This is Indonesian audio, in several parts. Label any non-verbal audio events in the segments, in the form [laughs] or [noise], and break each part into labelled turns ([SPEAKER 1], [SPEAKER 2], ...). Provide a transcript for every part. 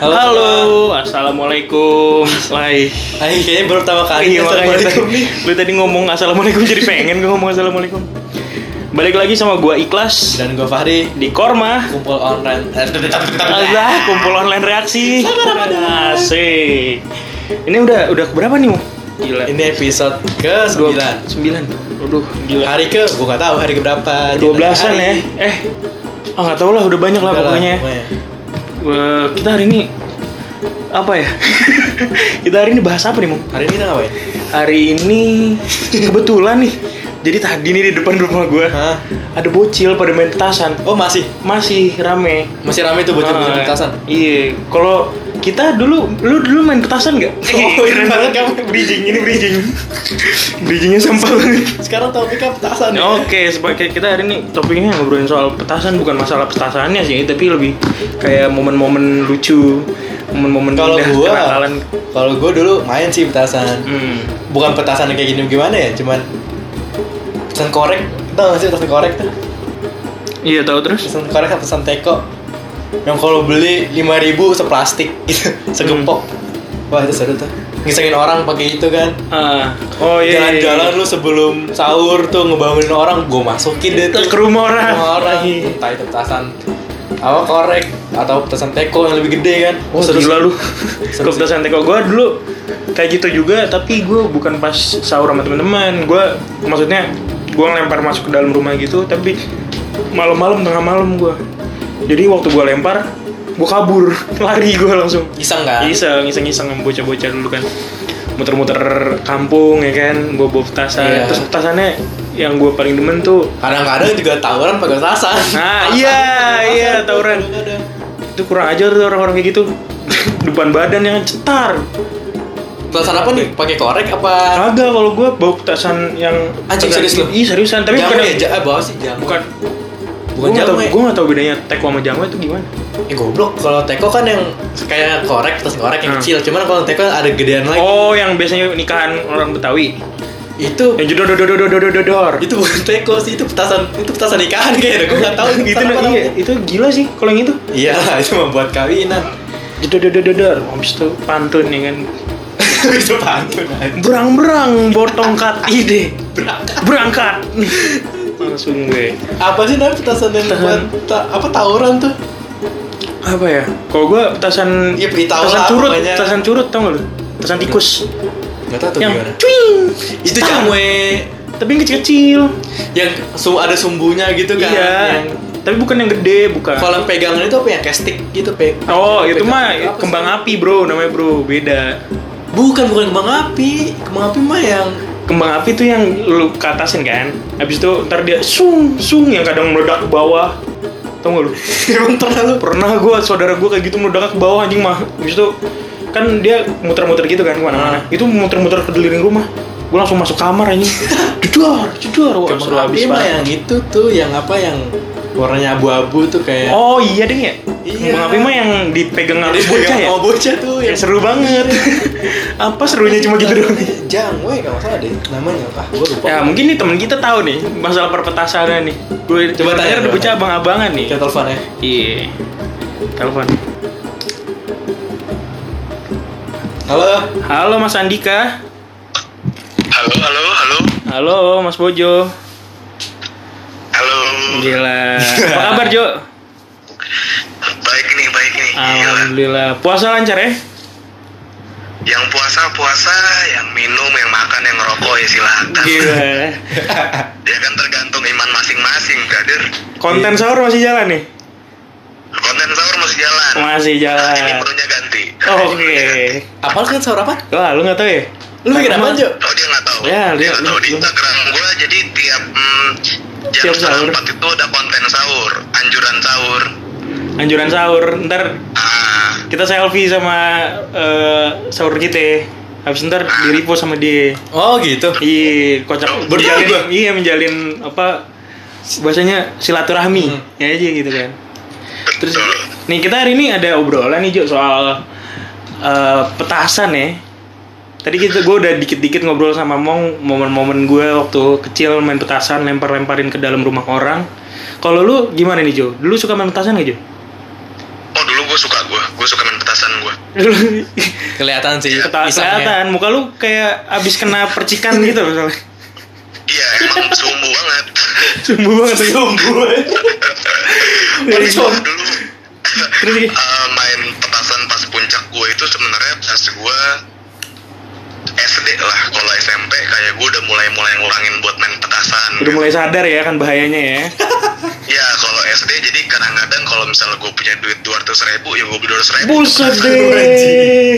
[SPEAKER 1] Halo.
[SPEAKER 2] Halo, assalamualaikum. Lai.
[SPEAKER 1] Ay, kayaknya baru pertama kali ya,
[SPEAKER 2] Iya, makanya
[SPEAKER 1] Assalamualaikum
[SPEAKER 2] tadi-
[SPEAKER 1] nih.
[SPEAKER 2] Lu tadi ngomong assalamualaikum jadi pengen gue ngomong assalamualaikum. Balik lagi sama gua Ikhlas
[SPEAKER 1] Dan gue Fahri
[SPEAKER 2] di Korma.
[SPEAKER 1] kumpul online. Eh, tetep, tetep, tetep.
[SPEAKER 2] Azah, kumpul online reaksi. Asik. Ini udah udah berapa nih, Mu? Gila.
[SPEAKER 1] Ini episode ke 9
[SPEAKER 2] 9. Aduh, gila.
[SPEAKER 1] Hari ke, gue gak tahu hari ke berapa.
[SPEAKER 2] 12-an ya. Eh. Ah, nggak tahu lah, udah banyak lah pokoknya. ya. Eh, kita hari ini apa ya? [laughs] kita hari ini bahas apa nih, Mu?
[SPEAKER 1] Hari ini ya? kita ngapain?
[SPEAKER 2] Hari ini kebetulan nih. Jadi tadi nih di depan rumah gua
[SPEAKER 1] Hah?
[SPEAKER 2] ada bocil pada main petasan.
[SPEAKER 1] Oh
[SPEAKER 2] [laughs]
[SPEAKER 1] masih,
[SPEAKER 2] Masih rame.
[SPEAKER 1] masih rame tuh bocil-bocil
[SPEAKER 2] Ah,
[SPEAKER 1] petasan.
[SPEAKER 2] Iya. Kalau kita dulu, lu dulu main petasan [laughs] nggak?
[SPEAKER 1] Oh, keren banget kamu.
[SPEAKER 2] Bridging ini bridging. Bridgingnya sampah banget.
[SPEAKER 1] Sekarang topiknya petasan. ya?
[SPEAKER 2] Oke, sebagai kita hari ini topiknya ngobrolin soal petasan bukan masalah petasannya sih, tapi lebih kayak momen-momen lucu, momen-momen
[SPEAKER 1] Kalau
[SPEAKER 2] indah,
[SPEAKER 1] gue,
[SPEAKER 2] kenakalan.
[SPEAKER 1] kalau gue dulu main sih petasan.
[SPEAKER 2] Hmm.
[SPEAKER 1] Bukan petasan yang kayak gini gimana ya, cuman pesan korek. Tau gak sih pesan korek tuh?
[SPEAKER 2] Iya tahu terus.
[SPEAKER 1] pesan korek sama pesan teko yang kalau beli 5000 seplastik gitu
[SPEAKER 2] Hmm.
[SPEAKER 1] segepok wah itu seru tuh ngisengin orang pakai itu kan
[SPEAKER 2] Ah, oh iya.
[SPEAKER 1] jalan-jalan lu sebelum sahur tuh ngebangunin orang gue masukin deh tuh
[SPEAKER 2] ke rumah orang.
[SPEAKER 1] Sama orang entah itu petasan apa korek atau petasan teko yang lebih gede kan
[SPEAKER 2] Wah
[SPEAKER 1] Seru
[SPEAKER 2] Oh, gila
[SPEAKER 1] sih.
[SPEAKER 2] lu
[SPEAKER 1] Seru
[SPEAKER 2] Klub Santai kok gue dulu kayak gitu juga Tapi gue bukan pas sahur sama teman-teman Gue maksudnya gue ngelempar masuk ke dalam rumah gitu Tapi malam-malam tengah malam gue Jadi waktu gue lempar Gue kabur [laughs] Lari gue langsung
[SPEAKER 1] iseng kan
[SPEAKER 2] Iseng, iseng-iseng sama bocah-bocah dulu kan Muter-muter kampung ya kan Gue bawa petasan
[SPEAKER 1] Iya.
[SPEAKER 2] Terus petasannya yang gue paling demen tuh
[SPEAKER 1] kadang-kadang juga tawuran pakai petasan
[SPEAKER 2] Nah, iya, [laughs] iya, tawuran.
[SPEAKER 1] Kadang-kadang.
[SPEAKER 2] Itu kurang ajar tuh orang-orang kayak gitu [laughs] Depan badan yang cetar
[SPEAKER 1] petasan apa nih pakai korek apa
[SPEAKER 2] Kagak kalau gue bau petasan yang
[SPEAKER 1] Anjing,
[SPEAKER 2] petasan-
[SPEAKER 1] serius lu?
[SPEAKER 2] Ih seriusan tapi
[SPEAKER 1] jamu
[SPEAKER 2] bukan
[SPEAKER 1] ya ja- eh, bawa sih jamu
[SPEAKER 2] bukan
[SPEAKER 1] bukan
[SPEAKER 2] gua
[SPEAKER 1] jamu
[SPEAKER 2] nggak tahu
[SPEAKER 1] ya.
[SPEAKER 2] gue nggak tahu bedanya teko sama jamu itu gimana.
[SPEAKER 1] Eh goblok, kalau teko kan yang kayak korek, terus korek yang
[SPEAKER 2] Hmm.
[SPEAKER 1] kecil. Cuman kalau teko ada gedean lagi.
[SPEAKER 2] Oh yang biasanya nikahan orang Betawi
[SPEAKER 1] Itu
[SPEAKER 2] yang jedor dor dor dor dor dor dor.
[SPEAKER 1] itu bukan teko sih, itu petasan itu petasan nikahan kayaknya. Gue nggak tahu
[SPEAKER 2] Itu
[SPEAKER 1] petasan apa
[SPEAKER 2] nah, iya,
[SPEAKER 1] namanya.
[SPEAKER 2] itu gila sih kalau yang itu.
[SPEAKER 1] Iya, [laughs] itu mah buat kawinan. [laughs]
[SPEAKER 2] Jedor dor dor dor dor. Habis itu pantun ya kan.
[SPEAKER 1] itu pantun. aja.
[SPEAKER 2] Berang-berang bortongkat ide.
[SPEAKER 1] Berangkat. [laughs]
[SPEAKER 2] Berangkat. Langsung gue.
[SPEAKER 1] Apa sih namanya petasan yang
[SPEAKER 2] Petasan.
[SPEAKER 1] buat ta- apa tawuran tuh?
[SPEAKER 2] Apa ya? Kalau gue petasan
[SPEAKER 1] Iya, beritahu
[SPEAKER 2] petasan
[SPEAKER 1] lah
[SPEAKER 2] curut,
[SPEAKER 1] pokoknya.
[SPEAKER 2] petasan curut tau gak lu? Petasan tikus.
[SPEAKER 1] Gak tau tuh
[SPEAKER 2] yang
[SPEAKER 1] gimana.
[SPEAKER 2] cuing.
[SPEAKER 1] Itu
[SPEAKER 2] Tang.
[SPEAKER 1] jamwe
[SPEAKER 2] tapi yang kecil-kecil
[SPEAKER 1] yang sum ada sumbunya gitu kan.
[SPEAKER 2] iya
[SPEAKER 1] Yang
[SPEAKER 2] tapi bukan yang gede bukan
[SPEAKER 1] kalau yang pegangan itu apa ya? Kayak stick gitu, pe.
[SPEAKER 2] oh itu
[SPEAKER 1] pegangan
[SPEAKER 2] mah
[SPEAKER 1] apa sih?
[SPEAKER 2] kembang api bro namanya bro beda
[SPEAKER 1] Bukan, bukan kembang api. Kembang api mah yang [laughs]
[SPEAKER 2] kembang api tuh yang lu ke atasin kan habis itu ntar dia sung sung yang kadang meledak ke bawah tau gak lu
[SPEAKER 1] Emang pernah lu
[SPEAKER 2] pernah gua saudara gua kayak gitu meledak ke bawah anjing mah habis itu kan dia muter-muter gitu kan kemana-mana
[SPEAKER 1] Ah.
[SPEAKER 2] itu muter-muter keliling rumah gua langsung masuk kamar
[SPEAKER 1] [laughs]
[SPEAKER 2] anjing jedor jedor wah seru
[SPEAKER 1] Kembang
[SPEAKER 2] habis
[SPEAKER 1] api mah
[SPEAKER 2] banget
[SPEAKER 1] Oh, yang itu tuh yang apa yang warnanya abu-abu tuh kayak
[SPEAKER 2] oh iya deh ya
[SPEAKER 1] Iya.
[SPEAKER 2] kembang api mah yang dipegang
[SPEAKER 1] Yang
[SPEAKER 2] anak bocah
[SPEAKER 1] dipegang
[SPEAKER 2] ya
[SPEAKER 1] sama bocah tuh
[SPEAKER 2] Ya seru
[SPEAKER 1] [laughs]
[SPEAKER 2] banget. apa serunya cuma gitu doang?
[SPEAKER 1] Jangwe kalau nggak salah deh namanya apa? Gua lupa.
[SPEAKER 2] Ya mungkin nih temen kita tahu nih masalah perpetasannya nih. Gue
[SPEAKER 1] Coba tanya
[SPEAKER 2] ada
[SPEAKER 1] dong.
[SPEAKER 2] bocah abang-abangan nih.
[SPEAKER 1] kita telepon ya.
[SPEAKER 2] Iya. Telepon.
[SPEAKER 1] Halo.
[SPEAKER 2] Halo Mas Andika.
[SPEAKER 3] Halo, halo, halo,
[SPEAKER 2] Halo Mas Bojo.
[SPEAKER 3] halo.
[SPEAKER 2] Gila. Apa kabar Jo?
[SPEAKER 3] Baik nih, baik nih. Gila.
[SPEAKER 2] Alhamdulillah. Puasa lancar ya?
[SPEAKER 3] Yang puasa puasa, yang minum, yang makan, yang ngerokok ya silakan.
[SPEAKER 2] Gila.
[SPEAKER 3] Ya kan tergantung iman masing-masing, brother.
[SPEAKER 2] Konten
[SPEAKER 1] Iya.
[SPEAKER 2] sahur masih jalan nih?
[SPEAKER 3] Konten sahur masih jalan.
[SPEAKER 2] Masih
[SPEAKER 3] Ini
[SPEAKER 2] jalan.
[SPEAKER 3] perlunya ganti.
[SPEAKER 2] Oke.
[SPEAKER 1] Apa kan sahur apa?
[SPEAKER 2] Wah, lu nggak tahu ya?
[SPEAKER 1] Lu bikin apa Jo?
[SPEAKER 3] Oh dia nggak tahu.
[SPEAKER 2] Ya,
[SPEAKER 3] dia
[SPEAKER 2] dia-
[SPEAKER 3] nggak tahu di
[SPEAKER 2] dia-
[SPEAKER 3] Instagram gua jadi tiap mm, jam
[SPEAKER 2] Tiap
[SPEAKER 3] setengah
[SPEAKER 2] sahur.
[SPEAKER 3] empat itu ada konten sahur, anjuran sahur.
[SPEAKER 2] Anjuran sahur. Ntar
[SPEAKER 3] Ah,
[SPEAKER 2] kita selfie sama eh, sahur kita habis ntar di repost sama dia
[SPEAKER 1] Oh gitu.
[SPEAKER 2] iya kocak
[SPEAKER 1] Berdua
[SPEAKER 2] Menjalin-
[SPEAKER 1] gua.
[SPEAKER 2] iya menjalin apa bahasanya silaturahmi
[SPEAKER 1] Hmm.
[SPEAKER 2] ya aja gitu kan
[SPEAKER 3] terus
[SPEAKER 2] nih kita hari ini ada obrolan nih Jo soal eh, petasan ya tadi kita gue udah dikit-dikit ngobrol sama Mong momen-momen gue waktu kecil main petasan lempar-lemparin ke dalam rumah orang kalau lu gimana nih Jo dulu suka main petasan gak Jo
[SPEAKER 3] Oh dulu gue suka gue, gue suka main petasan gue
[SPEAKER 1] kelihatan sih
[SPEAKER 2] Keta-
[SPEAKER 1] isengnya.
[SPEAKER 2] kelihatan muka lu kayak abis kena percikan gitu misalnya
[SPEAKER 3] iya emang sumbu banget [laughs]
[SPEAKER 2] sumbu [laughs] banget tuh
[SPEAKER 1] Waduh, Son.
[SPEAKER 3] dulu
[SPEAKER 2] terus gini,
[SPEAKER 3] eh, main petasan pas puncak gue itu sebenarnya pas gue SD lah kalau SMP kayak gue udah mulai mulai ngurangin buat main petasan
[SPEAKER 2] udah mulai sadar ya kan bahayanya ya
[SPEAKER 3] ya kalau SD jadi kadang-kadang kalau misalnya gue punya duit 200 ribu ya gue beli 200 ribu
[SPEAKER 2] [laughs] buset
[SPEAKER 1] Anjing.
[SPEAKER 2] deh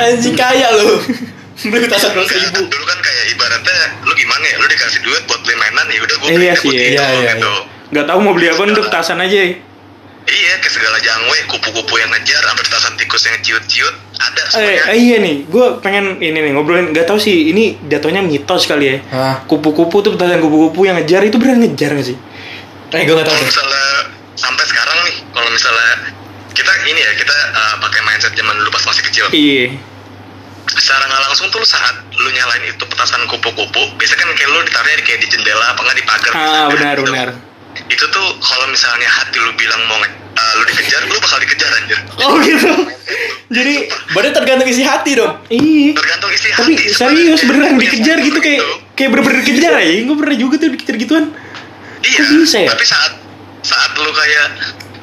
[SPEAKER 1] Anjing kaya lu. [laughs] Beli tas dua ribu.
[SPEAKER 3] dulu kan kayak ibaratnya lu gimana ya lu dikasih duit buat beli mainan ya udah gue
[SPEAKER 2] Iya
[SPEAKER 3] beli
[SPEAKER 2] sih,
[SPEAKER 3] buat
[SPEAKER 1] iya,
[SPEAKER 3] itu,
[SPEAKER 1] iya,
[SPEAKER 3] gitu
[SPEAKER 2] nggak tahu mau beli apa untuk tasan aja ya.
[SPEAKER 3] Iya, ke segala jangwe, kupu-kupu yang ngejar, sampai petasan tikus yang ciut-ciut, ada
[SPEAKER 2] eh,
[SPEAKER 3] semuanya.
[SPEAKER 2] eh, iya nih gue pengen ini nih ngobrolin nggak tahu sih ini jatuhnya mitos kali ya
[SPEAKER 1] Hah?
[SPEAKER 2] kupu-kupu tuh petasan kupu-kupu yang ngejar itu beneran ngejar nggak sih
[SPEAKER 1] Eh gue nggak tahu
[SPEAKER 3] Kalau
[SPEAKER 1] deh.
[SPEAKER 3] misalnya sampai sekarang nih, kalau misalnya kita ini ya kita eh, pakai mindset zaman dulu pas masih kecil.
[SPEAKER 2] iya
[SPEAKER 3] Secara nggak langsung tuh lu saat lu nyalain itu petasan kupu-kupu, biasanya kan kayak lu ditaruhnya di- kayak di jendela, apa nggak di pagar.
[SPEAKER 2] ah
[SPEAKER 3] gitu.
[SPEAKER 2] benar benar
[SPEAKER 3] Itu tuh kalau misalnya hati lu bilang mau nge- eh, lu dikejar, lu bakal dikejar anjir.
[SPEAKER 2] oh gitu jadi
[SPEAKER 1] Berarti tergantung isi hati dong.
[SPEAKER 2] iya
[SPEAKER 3] Tergantung isi
[SPEAKER 2] tapi
[SPEAKER 3] hati.
[SPEAKER 2] serius
[SPEAKER 3] sebenarnya.
[SPEAKER 2] beneran
[SPEAKER 3] Iya,
[SPEAKER 2] dikejar gitu kayak kayak bener-bener
[SPEAKER 1] Iya.
[SPEAKER 2] dikejar aja gue pernah juga tuh dikejar gitu kan. gituan
[SPEAKER 3] Iya.
[SPEAKER 2] Kok bisa ya?
[SPEAKER 3] Tapi saat saat lu kayak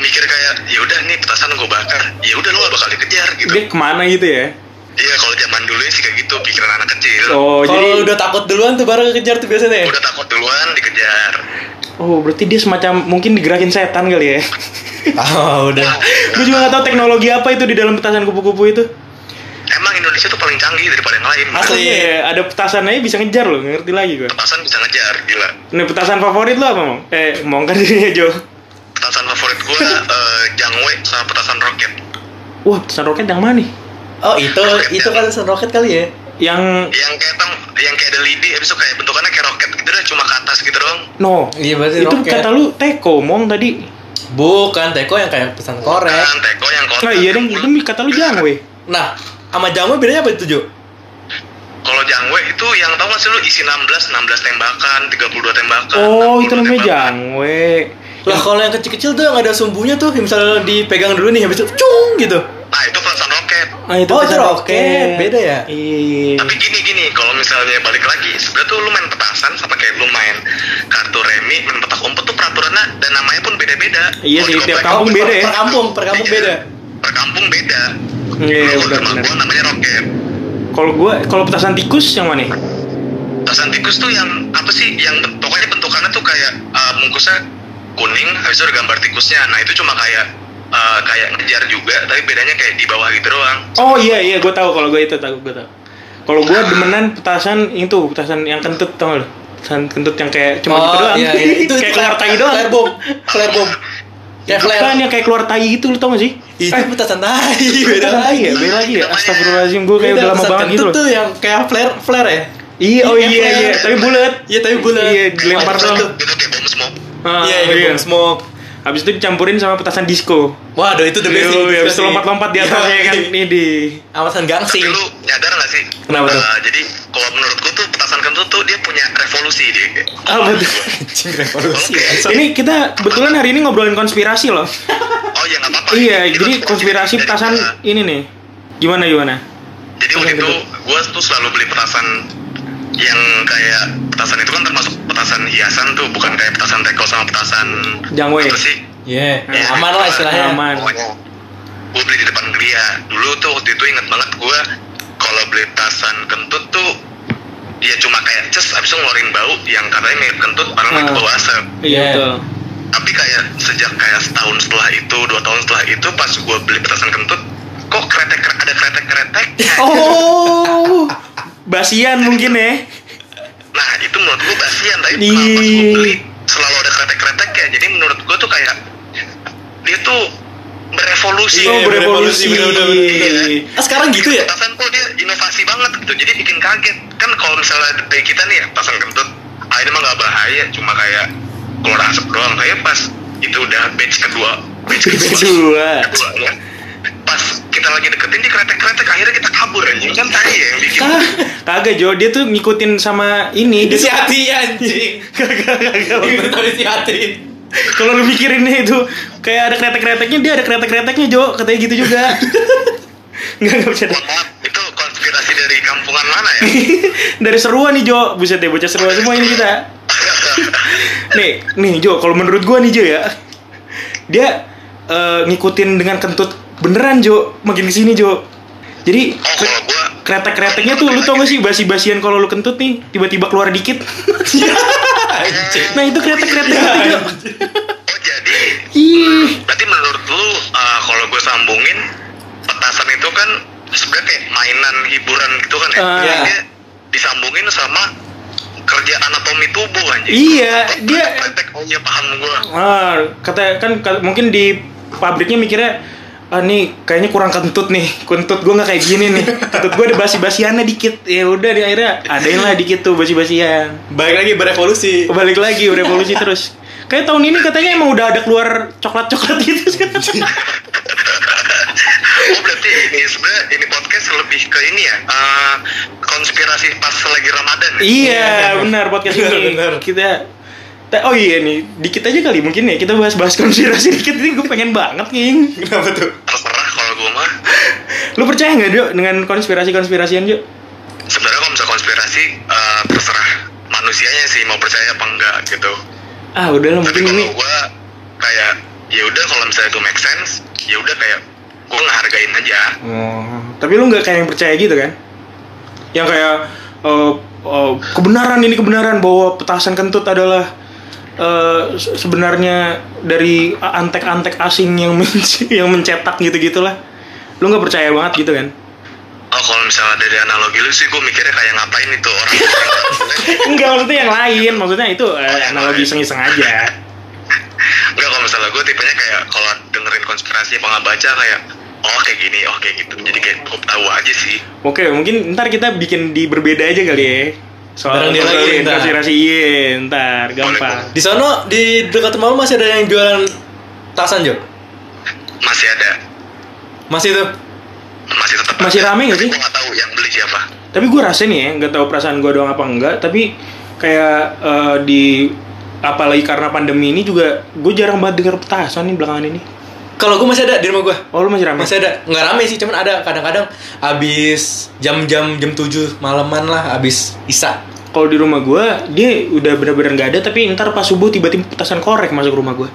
[SPEAKER 3] mikir kayak ya udah nih petasan gue bakar, ya udah lu gak bakal dikejar gitu.
[SPEAKER 2] dia kemana gitu ya
[SPEAKER 3] Iya kalau zaman dulu sih kayak gitu pikiran anak kecil.
[SPEAKER 2] oh jadi
[SPEAKER 1] Kalau udah takut duluan tuh baru kejar tuh biasanya ya. [laughs]
[SPEAKER 3] Udah takut duluan dikejar.
[SPEAKER 2] oh berarti dia semacam mungkin digerakin setan kali ya
[SPEAKER 1] Ah udah.
[SPEAKER 2] gue juga nggak tahu teknologi apa itu di dalam petasan kupu-kupu itu
[SPEAKER 3] Emang Indonesia tuh paling canggih daripada yang lain.
[SPEAKER 1] Asli.
[SPEAKER 2] Iya, ya, ada petasan aja bisa ngejar loh nggak ngerti lagi gue
[SPEAKER 3] Petasan bisa ngejar, gila.
[SPEAKER 2] Nah, petasan favorit lo apa, Mong? Eh, Mong kan [laughs] dirinya Jo.
[SPEAKER 3] Petasan favorit
[SPEAKER 2] [laughs]
[SPEAKER 3] gue eh, jangwe sama petasan roket.
[SPEAKER 2] Wah, petasan roket yang mana nih?
[SPEAKER 1] Oh itu itu kan sun rocket kali ya.
[SPEAKER 2] Yang
[SPEAKER 3] Yang kayak tang, yang kayak ada lidi, habis itu kayak bentukannya kayak roket gitu dah, cuma ke atas gitu doang.
[SPEAKER 2] no.
[SPEAKER 1] Iya berarti
[SPEAKER 2] itu
[SPEAKER 1] roket.
[SPEAKER 2] kata lu teko, Mong tadi.
[SPEAKER 1] Bukan teko yang kayak pesan korek.
[SPEAKER 3] Kan teko yang kotak.
[SPEAKER 2] Nah, iya dong, demi kata lu jangan weh.
[SPEAKER 1] Nah, sama jamu bedanya apa itu Jo?
[SPEAKER 3] Kalau jangwe itu yang tau gak sih lu isi 16, 16 tembakan, 32 tembakan.
[SPEAKER 2] Oh,
[SPEAKER 3] 60
[SPEAKER 2] itu namanya
[SPEAKER 3] tembakan.
[SPEAKER 2] jangwe.
[SPEAKER 1] Lah kalau yang kecil-kecil tuh yang ada sumbunya tuh, yang misalnya dipegang dulu nih habis itu cung gitu.
[SPEAKER 3] Nah, itu pelasan roket.
[SPEAKER 2] Ah,
[SPEAKER 1] Oh,
[SPEAKER 2] petasan
[SPEAKER 1] itu roket. Beda ya?
[SPEAKER 2] Iya.
[SPEAKER 3] Tapi gini gini, kalau misalnya balik lagi, sebenarnya tuh lu main petasan sama kayak lu main kartu remi, main petak umpet tuh peraturannya dan namanya pun beda-beda.
[SPEAKER 2] Iya sih,
[SPEAKER 3] Kalau di
[SPEAKER 2] tiap
[SPEAKER 3] komplek-
[SPEAKER 2] kampung beda ya?
[SPEAKER 1] Per kampung, per kampung
[SPEAKER 3] Iya,
[SPEAKER 1] beda.
[SPEAKER 3] Per kampung beda.
[SPEAKER 2] Iya,
[SPEAKER 3] Kalau
[SPEAKER 2] benar
[SPEAKER 3] rumah
[SPEAKER 2] benar.
[SPEAKER 3] gua namanya roket.
[SPEAKER 2] Kalau gua kalau petasan tikus yang mana?
[SPEAKER 3] Petasan tikus tuh yang apa sih? Yang ben- pokoknya bentukannya tuh kayak eh, bungkusnya kuning, habis itu ada gambar tikusnya. Nah, itu cuma kayak eh, kayak ngejar juga, tapi bedanya kayak di bawah gitu doang.
[SPEAKER 2] Oh iya iya gua tahu kalau gua itu tahu gua tahu. Kalau gua demenan petasan itu, petasan yang kentut tau gak lu? Petasan kentut yang kayak cuma gitu doang.
[SPEAKER 1] Iya, [laughs] iya. Itu
[SPEAKER 2] kayak keluar tai doang.
[SPEAKER 1] Flare bomb, flare bomb. kan Kayak flare.
[SPEAKER 2] Bukan yang kayak keluar tai itu lu tau gak sih?
[SPEAKER 1] Itu
[SPEAKER 2] Eh,
[SPEAKER 1] petasan tai, beda
[SPEAKER 2] Beda lagi
[SPEAKER 1] lagi.
[SPEAKER 2] ya, beda lagi ya.
[SPEAKER 3] Namanya-
[SPEAKER 2] Astagfirullahaladzim, gue kayak udah lama banget gitu loh.
[SPEAKER 1] tuh yang kayak flare, flare ya.
[SPEAKER 2] Iya, oh
[SPEAKER 1] Iya,
[SPEAKER 2] iya,
[SPEAKER 1] kayak-
[SPEAKER 2] iya. Tapi bulat.
[SPEAKER 1] Iya tapi bulat.
[SPEAKER 2] Iya, dilempar
[SPEAKER 1] Wah,
[SPEAKER 2] doang.
[SPEAKER 1] itu-
[SPEAKER 3] Itu kayak bom smoke.
[SPEAKER 2] Ah,
[SPEAKER 1] Iya, iya, bomb smoke.
[SPEAKER 2] Habis itu dicampurin sama petasan disco.
[SPEAKER 1] Waduh, itu the best. sih,
[SPEAKER 2] Yo,
[SPEAKER 1] the
[SPEAKER 2] habis
[SPEAKER 1] best
[SPEAKER 2] itu
[SPEAKER 1] sih.
[SPEAKER 2] Iya, lompat-lompat di atas
[SPEAKER 1] Iya.
[SPEAKER 2] ya kan. Ini di...
[SPEAKER 1] Amasan
[SPEAKER 3] Tapi
[SPEAKER 1] gangsing.
[SPEAKER 3] lu nyadar gak sih?
[SPEAKER 1] Kenapa tuh?
[SPEAKER 3] Eh, jadi kalau menurutku tuh petasan kentut tuh dia punya revolusi dia.
[SPEAKER 2] Ah, betul.
[SPEAKER 1] [laughs] Anjing revolusi. ya.
[SPEAKER 2] Ini kita kebetulan hari ini ngobrolin konspirasi loh.
[SPEAKER 3] Oh iya nggak apa-apa.
[SPEAKER 2] Iya,
[SPEAKER 3] Itu
[SPEAKER 2] jadi
[SPEAKER 3] tuh
[SPEAKER 2] konspirasi
[SPEAKER 3] dari
[SPEAKER 2] petasan
[SPEAKER 3] gua.
[SPEAKER 2] ini nih. Gimana, gimana?
[SPEAKER 3] Jadi waktu
[SPEAKER 2] petasan
[SPEAKER 3] itu gue tuh selalu beli petasan yang kayak petasan itu kan termasuk petasan hiasan tuh bukan kayak petasan teko sama petasan
[SPEAKER 2] Jangwe.
[SPEAKER 3] apa sih?
[SPEAKER 1] Iya, ya, aman lah istilahnya.
[SPEAKER 2] Aman.
[SPEAKER 3] Gue beli di depan geria. Dulu tuh waktu itu inget banget gue kalau beli petasan kentut tuh dia cuma kayak ces abis itu ngeluarin bau yang katanya mirip kentut padahal
[SPEAKER 2] Ah.
[SPEAKER 3] itu bau asap.
[SPEAKER 2] Iya,
[SPEAKER 1] Iya.
[SPEAKER 2] betul.
[SPEAKER 3] tapi kayak sejak kayak setahun setelah itu dua tahun setelah itu pas gue beli petasan kentut kok kretek ada kretek kretek
[SPEAKER 2] Oh, [laughs] basian mungkin ya.
[SPEAKER 3] nah itu menurut gue basian tapi
[SPEAKER 2] Ih.
[SPEAKER 3] pas gue beli selalu ada kretek kretek ya jadi menurut gue tuh kayak dia tuh berevolusi
[SPEAKER 1] Iya,
[SPEAKER 2] Oh,
[SPEAKER 1] berevolusi,
[SPEAKER 2] berevolusi.
[SPEAKER 1] bener-bener. Ah, sekarang gitu ya?
[SPEAKER 3] petasan tuh dia inovasi banget gitu jadi bikin kaget kan kalau misalnya dari kita nih ya petasan kentut ah ini mah nggak bahaya cuma kayak keluar asap doang kayak pas itu udah batch kedua batch kedua
[SPEAKER 2] Kedua.
[SPEAKER 3] keduanya pas kita lagi deketin di kretek-kretek akhirnya kita kabur anjing kan tadi ya yang bikin
[SPEAKER 2] Kagak, kagak Jo, dia tuh ngikutin sama ini.
[SPEAKER 1] Isi
[SPEAKER 2] Dia tuh
[SPEAKER 1] hati anjing. gitu.
[SPEAKER 2] kagak kagak.
[SPEAKER 1] Itu tadi isi hati.
[SPEAKER 2] Kalau lu mikirinnya itu kayak ada kretek-kreteknya, dia ada kretek-kreteknya, Jo. Katanya gitu [laughs] juga. Enggak, enggak bisa.
[SPEAKER 3] Mohon maaf, itu konspirasi dari kampungan mana
[SPEAKER 2] [laughs]
[SPEAKER 3] ya?
[SPEAKER 2] Dari seruan nih, Jo. Buset deh, bocah seruan semua ini kita. Nih, nih Jo, kalau menurut gua nih Jo ya. Dia eh, ngikutin dengan kentut beneran, Jo. Makin kesini, Jo. Jadi
[SPEAKER 3] Oh, kalau gua
[SPEAKER 2] kretek-kreteknya tuh lu tau gak sih basi-basian kalau lu kentut nih tiba-tiba keluar dikit [laughs]
[SPEAKER 1] Anjing.
[SPEAKER 2] nah itu kretek-kretek gitu Jo
[SPEAKER 3] Oh jadi,
[SPEAKER 2] ih
[SPEAKER 3] berarti menurut lu uh, kalau gue sambungin petasan itu kan sebenarnya kayak mainan hiburan gitu kan ya?
[SPEAKER 2] Ah.
[SPEAKER 3] Jadi dia disambungin sama kerja anatomi tubuh anjing.
[SPEAKER 2] Iya, dia-
[SPEAKER 3] Kretek, oh iya paham gua.
[SPEAKER 2] Ah, kata kan ka- mungkin di pabriknya mikirnya ah nih kayaknya kurang kentut nih kentut gue nggak kayak gini nih kentut gue ada basi-basiannya dikit ya udah di akhirnya adain lah dikit tuh basi-basian
[SPEAKER 1] Balik lagi berevolusi.
[SPEAKER 2] balik lagi berevolusi terus kayak tahun ini katanya emang udah ada keluar coklat-coklat gitu [laughs] sekarang
[SPEAKER 3] Oh berarti ini sebenarnya ini podcast lebih ke ini ya eh, konspirasi pas lagi Ramadan. ya?
[SPEAKER 2] iya benar podcast
[SPEAKER 1] Benar,
[SPEAKER 2] ini
[SPEAKER 1] benar.
[SPEAKER 2] kita Ta- oh iya nih dikit aja kali mungkin ya kita bahas-bahas konspirasi dikit ini gue pengen banget king
[SPEAKER 1] Kenapa tuh?
[SPEAKER 3] Terserah kalau gue mah.
[SPEAKER 2] lu percaya nggak Jo dengan konspirasi-konspirasian Jo
[SPEAKER 3] Sebenarnya kalau misalnya konspirasi eh, terserah manusianya sih mau percaya apa enggak gitu.
[SPEAKER 2] ah udah lah
[SPEAKER 3] Tapi
[SPEAKER 2] mungkin
[SPEAKER 3] kalau
[SPEAKER 2] ini
[SPEAKER 3] gue kayak ya udah kalau misalnya itu make sense, ya udah kayak gue ngehargain aja.
[SPEAKER 2] Oh, tapi lu nggak kayak yang percaya gitu kan? Yang kayak eh, eh, kebenaran ini kebenaran bahwa petasan kentut adalah eh, se- sebenarnya dari antek-antek asing yang men- [laughs] yang mencetak gitu gitulah. Lu nggak percaya banget gitu kan?
[SPEAKER 3] Oh kalau misalnya dari analogi lu sih gue mikirnya kayak ngapain itu orang
[SPEAKER 2] Enggak maksudnya yang lain, maksudnya itu eh, analogi iseng-iseng aja.
[SPEAKER 3] Enggak kalau misalnya gue tipenya kayak kalau dengerin konspirasi apa nggak baca kayak oh kayak gini, oh kayak gitu. Jadi kayak cukup tahu aja sih.
[SPEAKER 2] Oke, mungkin ntar kita bikin di berbeda aja kali ya. Soal
[SPEAKER 1] Bareng dia lagi,
[SPEAKER 2] ngobrolin
[SPEAKER 1] ntar.
[SPEAKER 2] konspirasi iya, ntar gampang.
[SPEAKER 1] Di sono di dekat rumah lu masih ada yang jualan tasan, Jo?
[SPEAKER 3] Masih ada,
[SPEAKER 1] Masih tuh.
[SPEAKER 3] masih tetap.
[SPEAKER 2] Masih
[SPEAKER 3] ada.
[SPEAKER 2] rame nggak sih?
[SPEAKER 3] Gue nggak tahu yang beli siapa.
[SPEAKER 2] tapi gue rasa nih ya nggak tahu perasaan gue doang apa enggak tapi kayak eh, di apalagi karena pandemi ini juga gue jarang banget denger petasan nih belakangan ini
[SPEAKER 1] Kalau gua masih ada di rumah gua.
[SPEAKER 2] oh lu masih rame
[SPEAKER 1] Masih ada. Nggak rame sih, cuman ada kadang-kadang abis jam-jam jam 7 malaman lah abis Isa.
[SPEAKER 2] kalau di rumah gue dia udah bener-bener nggak ada tapi ntar pas subuh tiba-tiba petasan korek masuk rumah gue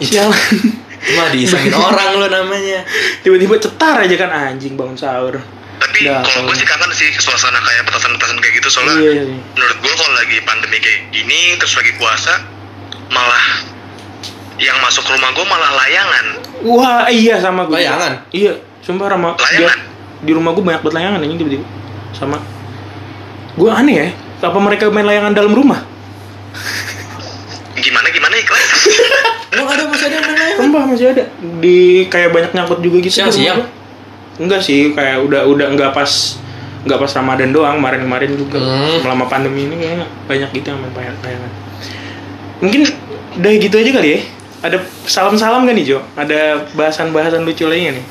[SPEAKER 2] sialan
[SPEAKER 1] Cuma diisengin orang lu namanya.
[SPEAKER 2] [laughs] tiba-tiba cetar aja kan anjing bangun sahur
[SPEAKER 3] Tapi
[SPEAKER 2] Dah,
[SPEAKER 3] kalau gue
[SPEAKER 2] kalau-
[SPEAKER 3] sih kangen sih suasana kayak petasan-petasan kayak gitu soalnya
[SPEAKER 2] Iya, iya.
[SPEAKER 3] menurut gue kalau lagi pandemi kayak gini terus lagi puasa malah yang masuk ke rumah gue malah layangan.
[SPEAKER 2] wah iya sama gue
[SPEAKER 1] Layangan?
[SPEAKER 2] iya sumpah sama
[SPEAKER 3] Layangan?
[SPEAKER 2] di rumah gue banyak banget layangan anjing tiba-tiba sama gue aneh ya apa mereka main layangan dalam rumah
[SPEAKER 3] Gimana gimana iklan?
[SPEAKER 1] Emang ada masih ada yang main layangan?
[SPEAKER 2] Sumpah masih ada di kayak banyak nyangkut juga gitu.
[SPEAKER 1] Siang,
[SPEAKER 2] di rumah
[SPEAKER 1] siang?
[SPEAKER 2] gua. Enggak sih, kayak udah udah enggak pas enggak pas Ramadan doang, kemarin-kemarin juga.
[SPEAKER 1] Hmm.
[SPEAKER 2] Selama pandemi ini kayaknya banyak gitu yang main bayar- bayaran. Mungkin udah gitu aja kali ya. Ada salam-salam gak nih Jo? Ada bahasan-bahasan lucu lainnya nih?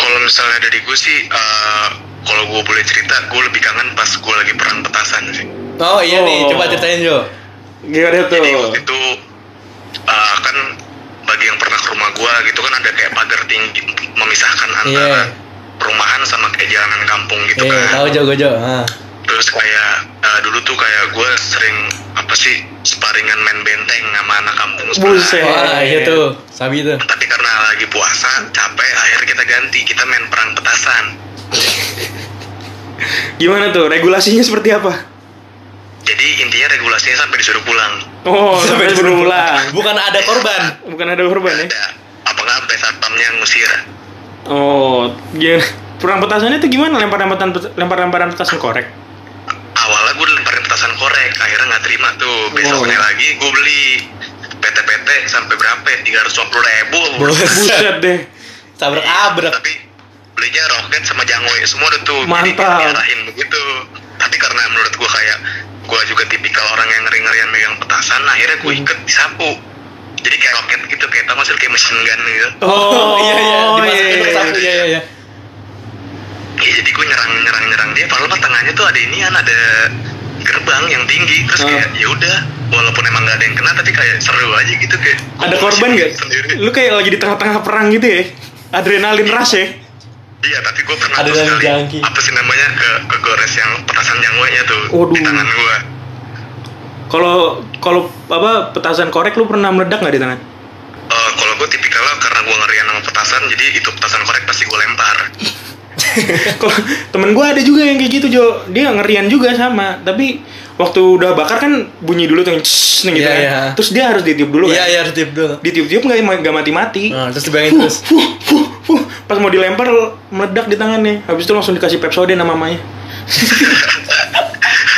[SPEAKER 3] kalau misalnya dari gue sih eh, kalau gue boleh cerita gue lebih kangen pas gue lagi perang petasan sih.
[SPEAKER 1] Oh iya nih,
[SPEAKER 2] Oh.
[SPEAKER 1] coba ceritain Jo.
[SPEAKER 2] Gimana tuh?
[SPEAKER 3] Jadi waktu itu eh, kan bagi yang pernah ke rumah gue gitu kan ada kayak pagar tinggi memisahkan antara
[SPEAKER 1] Iya.
[SPEAKER 3] perumahan sama kayak jalanan kampung gitu
[SPEAKER 2] Iya, [laughs]
[SPEAKER 1] Eh,
[SPEAKER 3] kan.
[SPEAKER 1] tahu Jo gua Jo. Ah.
[SPEAKER 3] terus kayak eh, dulu tuh kayak gue sering apa sih sparingan main benteng sama anak kampung sebelah.
[SPEAKER 2] Buset.
[SPEAKER 1] Wah, iya tuh. Sabi tuh.
[SPEAKER 3] tapi karena lagi puasa capek akhirnya kita ganti kita main perang petasan
[SPEAKER 2] Gimana tuh? Regulasinya seperti apa?
[SPEAKER 3] jadi intinya regulasinya sampai disuruh pulang
[SPEAKER 2] Oh,
[SPEAKER 1] [laughs]
[SPEAKER 2] sampai berulang.
[SPEAKER 1] Bukan ada korban.
[SPEAKER 2] Bukan ada korban ya?
[SPEAKER 3] ada apa nggak sampai satpamnya ngusir
[SPEAKER 2] Oh, gimana? Perang petasannya tuh gimana? Lempar-lemparan lempar-lemparan petasan
[SPEAKER 1] [laughs]
[SPEAKER 2] korek?
[SPEAKER 3] awalnya gue lemparin petasan korek akhirnya nggak terima tuh besoknya
[SPEAKER 2] Wow.
[SPEAKER 3] lagi gue beli PT-PT sampai berapa ya? tiga ratus ribu
[SPEAKER 2] Buset deh.
[SPEAKER 1] Tabrak abrak.
[SPEAKER 3] tapi belinya roket sama jangwe semua udah tuh
[SPEAKER 2] Mantap.
[SPEAKER 3] jadi arahin begitu tapi karena menurut gua kayak gua juga tipikal orang yang ngeri ngerian megang petasan akhirnya gua
[SPEAKER 2] Hmm.
[SPEAKER 3] iket disapu jadi kayak roket gitu kayak tau masih kayak mesin gun gitu
[SPEAKER 2] Oh,
[SPEAKER 1] [laughs] iya iya, dimasukin
[SPEAKER 2] iya,
[SPEAKER 1] ke sapu. Iya iya iya.
[SPEAKER 3] Iya, ya jadi gua nyerang nyerang nyerang dia padahal mah tengahnya tuh ada ini kan ada gerbang yang tinggi terus
[SPEAKER 2] Ah.
[SPEAKER 3] kayak ya udah walaupun emang gak ada yang kena tapi kayak seru aja gitu kayak
[SPEAKER 2] Ada
[SPEAKER 3] gua
[SPEAKER 2] korban
[SPEAKER 3] sendiri-
[SPEAKER 2] nggak?
[SPEAKER 3] sendiri.
[SPEAKER 2] Lu kayak lagi di tengah-tengah perang gitu ya? Adrenalin rush ya?
[SPEAKER 3] Iya, tapi gue pernah
[SPEAKER 1] Ada
[SPEAKER 3] tuh
[SPEAKER 1] dalam
[SPEAKER 3] sekali,
[SPEAKER 1] jangki.
[SPEAKER 3] apa sih namanya ke kegores yang petasan jangwanya tuh
[SPEAKER 2] Waduh.
[SPEAKER 3] di tangan gue.
[SPEAKER 2] Kalau kalau apa petasan korek lu pernah meledak nggak di tangan? [laughs]
[SPEAKER 3] Eh, kalau gue tipikalnya karena gue ngerian sama petasan, jadi itu petasan korek pasti gue
[SPEAKER 1] [laughs]
[SPEAKER 3] lempar.
[SPEAKER 2] Kalau temen gue ada juga yang kayak gitu Jo, dia ngerian juga sama, tapi waktu udah bakar kan bunyi dulu tuh yang "css" gitu
[SPEAKER 1] Iya,
[SPEAKER 2] kan.
[SPEAKER 1] iya.
[SPEAKER 2] Terus dia harus ditiup dulu
[SPEAKER 1] Iya
[SPEAKER 2] kan.
[SPEAKER 1] iya harus tiup dulu.
[SPEAKER 2] Ditiup-tiup nggak nggak mati-mati.
[SPEAKER 1] Nah, terus dibayangin terus.
[SPEAKER 2] Fuh, fuh, fuh. Pas mau dilempar meledak di tangannya. Habis itu langsung dikasih Pepsodent sama mamanya.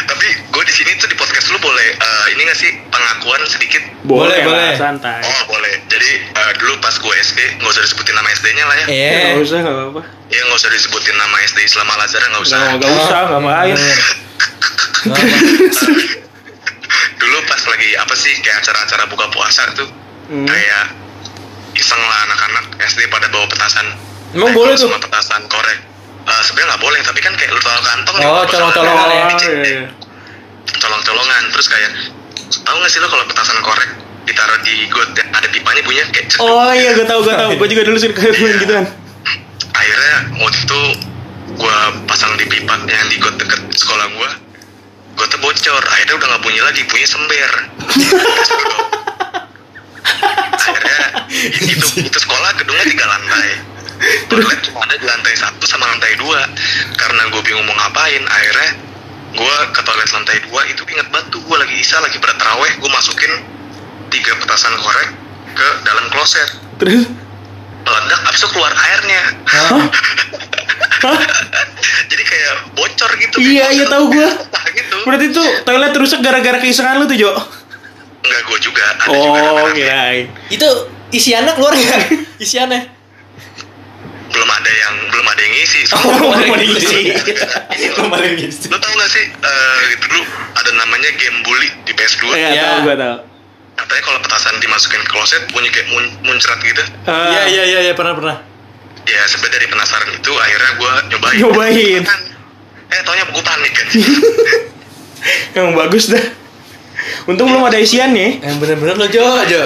[SPEAKER 3] tapi gue di sini tuh di podcast lu boleh eh, ini nggak sih pengakuan sedikit?
[SPEAKER 1] Boleh,
[SPEAKER 2] lah,
[SPEAKER 1] boleh.
[SPEAKER 2] santai.
[SPEAKER 3] Oh boleh. Jadi eh, dulu pas gue SD, nggak usah disebutin nama SD-nya lah ya.
[SPEAKER 1] [laughs] Iya.
[SPEAKER 2] Ya, nggak usah, nggak apa-apa.
[SPEAKER 3] Ya nggak usah disebutin nama SD Islam Al Azhar nggak usah.
[SPEAKER 1] Nah.
[SPEAKER 2] Nggak Nah, nggak
[SPEAKER 1] Oh.
[SPEAKER 2] usah, nggak bahaya.
[SPEAKER 1] Bener. nah.
[SPEAKER 3] Dulu pas lagi apa sih kayak acara-acara buka puasa tuh
[SPEAKER 2] Hmm.
[SPEAKER 3] kayak iseng lah anak-anak SD pada bawa petasan.
[SPEAKER 1] Emang
[SPEAKER 3] Nah,
[SPEAKER 1] boleh
[SPEAKER 3] kalau
[SPEAKER 1] tuh?
[SPEAKER 3] Sama petasan korek. Eh, sebenarnya nggak boleh tapi kan kayak lu taruh kantong nih,
[SPEAKER 1] Oh,
[SPEAKER 3] kalau petasan
[SPEAKER 1] colong-colongan
[SPEAKER 3] korek,
[SPEAKER 1] ya?
[SPEAKER 2] Oh,
[SPEAKER 3] dicek
[SPEAKER 2] iya,
[SPEAKER 3] deh.
[SPEAKER 2] iya.
[SPEAKER 3] colong-colongan terus kayak tahu nggak sih lo kalau petasan korek ditaruh di got yang ada pipanya punya kayak ceduk. gitu.
[SPEAKER 2] Oh iya, gue tau, gue tau. Gue juga dulu sering kayak gitu kan.
[SPEAKER 3] akhirnya waktu itu gue pasang di pipa yang di got deket sekolah gue gotnya bocor akhirnya udah nggak bunyi lagi bunyi sember Terus gua bawa- akhirnya itu itu sekolah gedungnya tiga lantai toilet cuma ada di lantai satu sama lantai dua karena gue bingung mau ngapain akhirnya gue ke toilet lantai dua itu inget banget tuh gue lagi isa lagi berat teraweh gue masukin tiga petasan korek ke dalam kloset
[SPEAKER 2] Terus,
[SPEAKER 3] meledak abis itu keluar airnya
[SPEAKER 1] Hah?
[SPEAKER 2] hah?
[SPEAKER 3] jadi kayak bocor gitu
[SPEAKER 2] Iya,
[SPEAKER 3] Kayak
[SPEAKER 2] iya, tahu gua.
[SPEAKER 3] Nah, gitu
[SPEAKER 2] Berarti tuh toilet rusak gara-gara keisengan lu tuh, Jo?
[SPEAKER 3] enggak gue juga ada juga
[SPEAKER 2] Oh,
[SPEAKER 3] rame-rame.
[SPEAKER 2] kirain.
[SPEAKER 1] Itu isiannya keluar nggak? Isiannya?
[SPEAKER 3] belum ada yang belum ada yang ngisi
[SPEAKER 1] Oh,
[SPEAKER 2] belum
[SPEAKER 1] [laughs]
[SPEAKER 2] ada yang ngisi.
[SPEAKER 1] Belum ada yang ngisi.
[SPEAKER 2] gitu.
[SPEAKER 3] lo tau gak sih eh, gitu dulu ada namanya game bully di PS2
[SPEAKER 2] Iya,
[SPEAKER 1] Ya.
[SPEAKER 2] tau, gue tau.
[SPEAKER 3] katanya kalau petasan dimasukin ke kloset bunyi kayak mun- muncrat gitu
[SPEAKER 2] Ah,
[SPEAKER 1] Iya iya iya iya, pernah pernah.
[SPEAKER 3] ya sebenarnya dari penasaran itu akhirnya gue nyobain
[SPEAKER 2] Nyobain.
[SPEAKER 3] Kan, eh taunya gue panik kan
[SPEAKER 2] Yang bagus dah. Untung belum ada isiannya.
[SPEAKER 1] Yang bener-bener lo Jo Jo.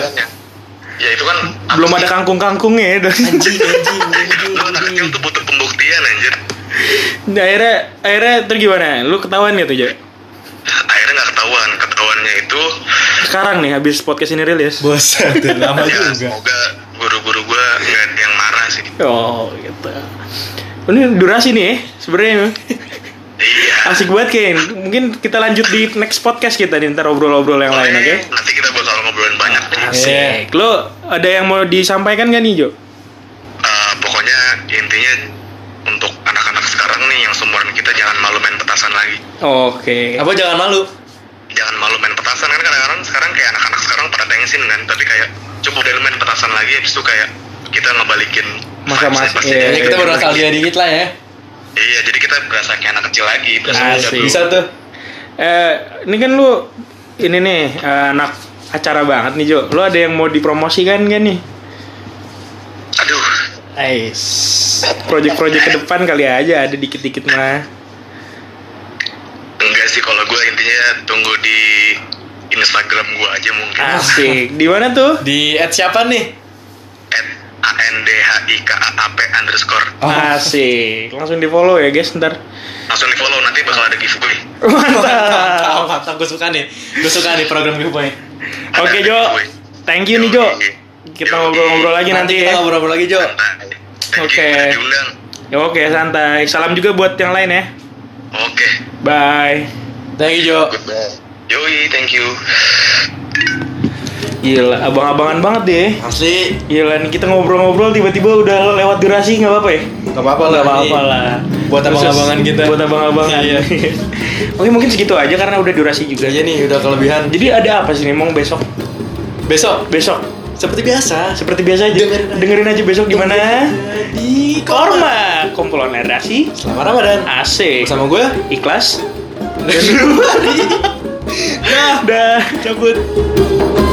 [SPEAKER 3] ya itu kan
[SPEAKER 2] Iya. Belum ada kangkung-kangkungnya. ya. Dan
[SPEAKER 1] Anjing anjing anjing,
[SPEAKER 3] lo anak kecil
[SPEAKER 1] anjing.
[SPEAKER 3] tuh butuh pembuktian anjir
[SPEAKER 2] akhirnya, akhirnya terus gimana? Lu ketahuan gak tuh, Jo?
[SPEAKER 3] akhirnya nggak ketahuan ketahuannya itu
[SPEAKER 2] Sekarang nih, habis podcast ini rilis.
[SPEAKER 1] Bosan tuh lama
[SPEAKER 3] ya,
[SPEAKER 1] juga.
[SPEAKER 3] semoga guru-guru gua nggak ada yang marah sih.
[SPEAKER 2] Oh, gitu. Ini durasi nih ya, sebenarnya
[SPEAKER 3] Iya.
[SPEAKER 2] asik banget kan. Mungkin kita lanjut di next podcast kita nih, ntar obrol-obrol Ah, yang lain, oke?
[SPEAKER 3] Nanti kita bakal ngobrolin banyak. nih.
[SPEAKER 1] Asik.
[SPEAKER 2] Lo ada yang mau disampaikan gak nih Jo?
[SPEAKER 3] Eh, pokoknya intinya untuk anak-anak sekarang nih yang seumuran kita jangan malu main petasan lagi.
[SPEAKER 2] Oke.
[SPEAKER 1] Apa jangan malu?
[SPEAKER 3] Jangan malu main petasan kan kadang-kadang sekarang kayak anak-anak sekarang pada tensin kan, tapi kayak coba dari main petasan lagi habis itu kayak kita ngebalikin
[SPEAKER 2] Masa-masa,
[SPEAKER 3] vibes-nya pasti.
[SPEAKER 2] iya,
[SPEAKER 1] Ya,
[SPEAKER 3] Jadi
[SPEAKER 1] kita
[SPEAKER 3] kita-
[SPEAKER 1] berasal dia dikit lah ya.
[SPEAKER 3] gitu. Iya, jadi kita berasa kayak anak kecil lagi, berasa muda.
[SPEAKER 2] Asik.
[SPEAKER 1] Bisa tuh.
[SPEAKER 2] Eh, ini kan lu ini nih eh, anak acara banget nih Jo. Lo ada yang mau dipromosikan gak nih?
[SPEAKER 3] Aduh,
[SPEAKER 2] Ais. Project-project ke depan kali aja ada dikit-dikit mah.
[SPEAKER 3] enggak sih kalau gua intinya tunggu di Instagram gua aja mungkin.
[SPEAKER 2] Ah. Asik. Di mana tuh?
[SPEAKER 1] Di add siapa nih?
[SPEAKER 3] at andhikaap underscore
[SPEAKER 1] Oh.
[SPEAKER 2] Asik. Langsung di follow ya guys ntar. [laughs]
[SPEAKER 3] langsung di follow nanti bakal ada giveaway
[SPEAKER 1] Mantap,
[SPEAKER 2] Mantap.
[SPEAKER 1] mantap. Gue suka nih. Gue suka nih program giveaway.
[SPEAKER 2] Oke Jo. Thank you nih Jo. Kita ngobrol-ngobrol lagi
[SPEAKER 1] Nanti
[SPEAKER 2] nanti
[SPEAKER 1] kita
[SPEAKER 2] ya.
[SPEAKER 1] ngobrol-ngobrol lagi Jo.
[SPEAKER 3] Santai. Thank
[SPEAKER 2] Oke.
[SPEAKER 3] you udah diundang
[SPEAKER 2] Ya, Oke santai. Salam juga buat yang lain ya.
[SPEAKER 3] oke
[SPEAKER 2] Bye.
[SPEAKER 1] Thank you Jo.
[SPEAKER 3] goodbye yoi thank you
[SPEAKER 2] Gila, abang-abangan banget deh.
[SPEAKER 1] Asli.
[SPEAKER 2] Gila nih kita ngobrol-ngobrol tiba-tiba udah lewat durasi nggak apa-apa ya?
[SPEAKER 1] Gak apa-apa lah.
[SPEAKER 2] Nggak
[SPEAKER 1] ini.
[SPEAKER 2] apa-apa lah.
[SPEAKER 1] Buat
[SPEAKER 2] Khusus
[SPEAKER 1] abang-abangan kita.
[SPEAKER 2] Buat abang-abangan.
[SPEAKER 1] Iya.
[SPEAKER 2] [laughs] Oke mungkin segitu aja karena udah durasi
[SPEAKER 1] Udah
[SPEAKER 2] juga.
[SPEAKER 1] aja nih, udah kelebihan.
[SPEAKER 2] Jadi ada apa sih nih Mong besok?
[SPEAKER 1] Besok,
[SPEAKER 2] Besok
[SPEAKER 1] seperti biasa.
[SPEAKER 2] seperti biasa aja
[SPEAKER 1] Dengerin aja.
[SPEAKER 2] dengerin aja besok di mana?
[SPEAKER 1] Di Korma.
[SPEAKER 2] Korma kumpulan redaksi
[SPEAKER 1] Selamat Ramadan.
[SPEAKER 2] Ah. asik
[SPEAKER 1] Bersama gue.
[SPEAKER 2] ikhlas
[SPEAKER 1] Dari Rumah. Nah,
[SPEAKER 2] dah
[SPEAKER 1] cabut.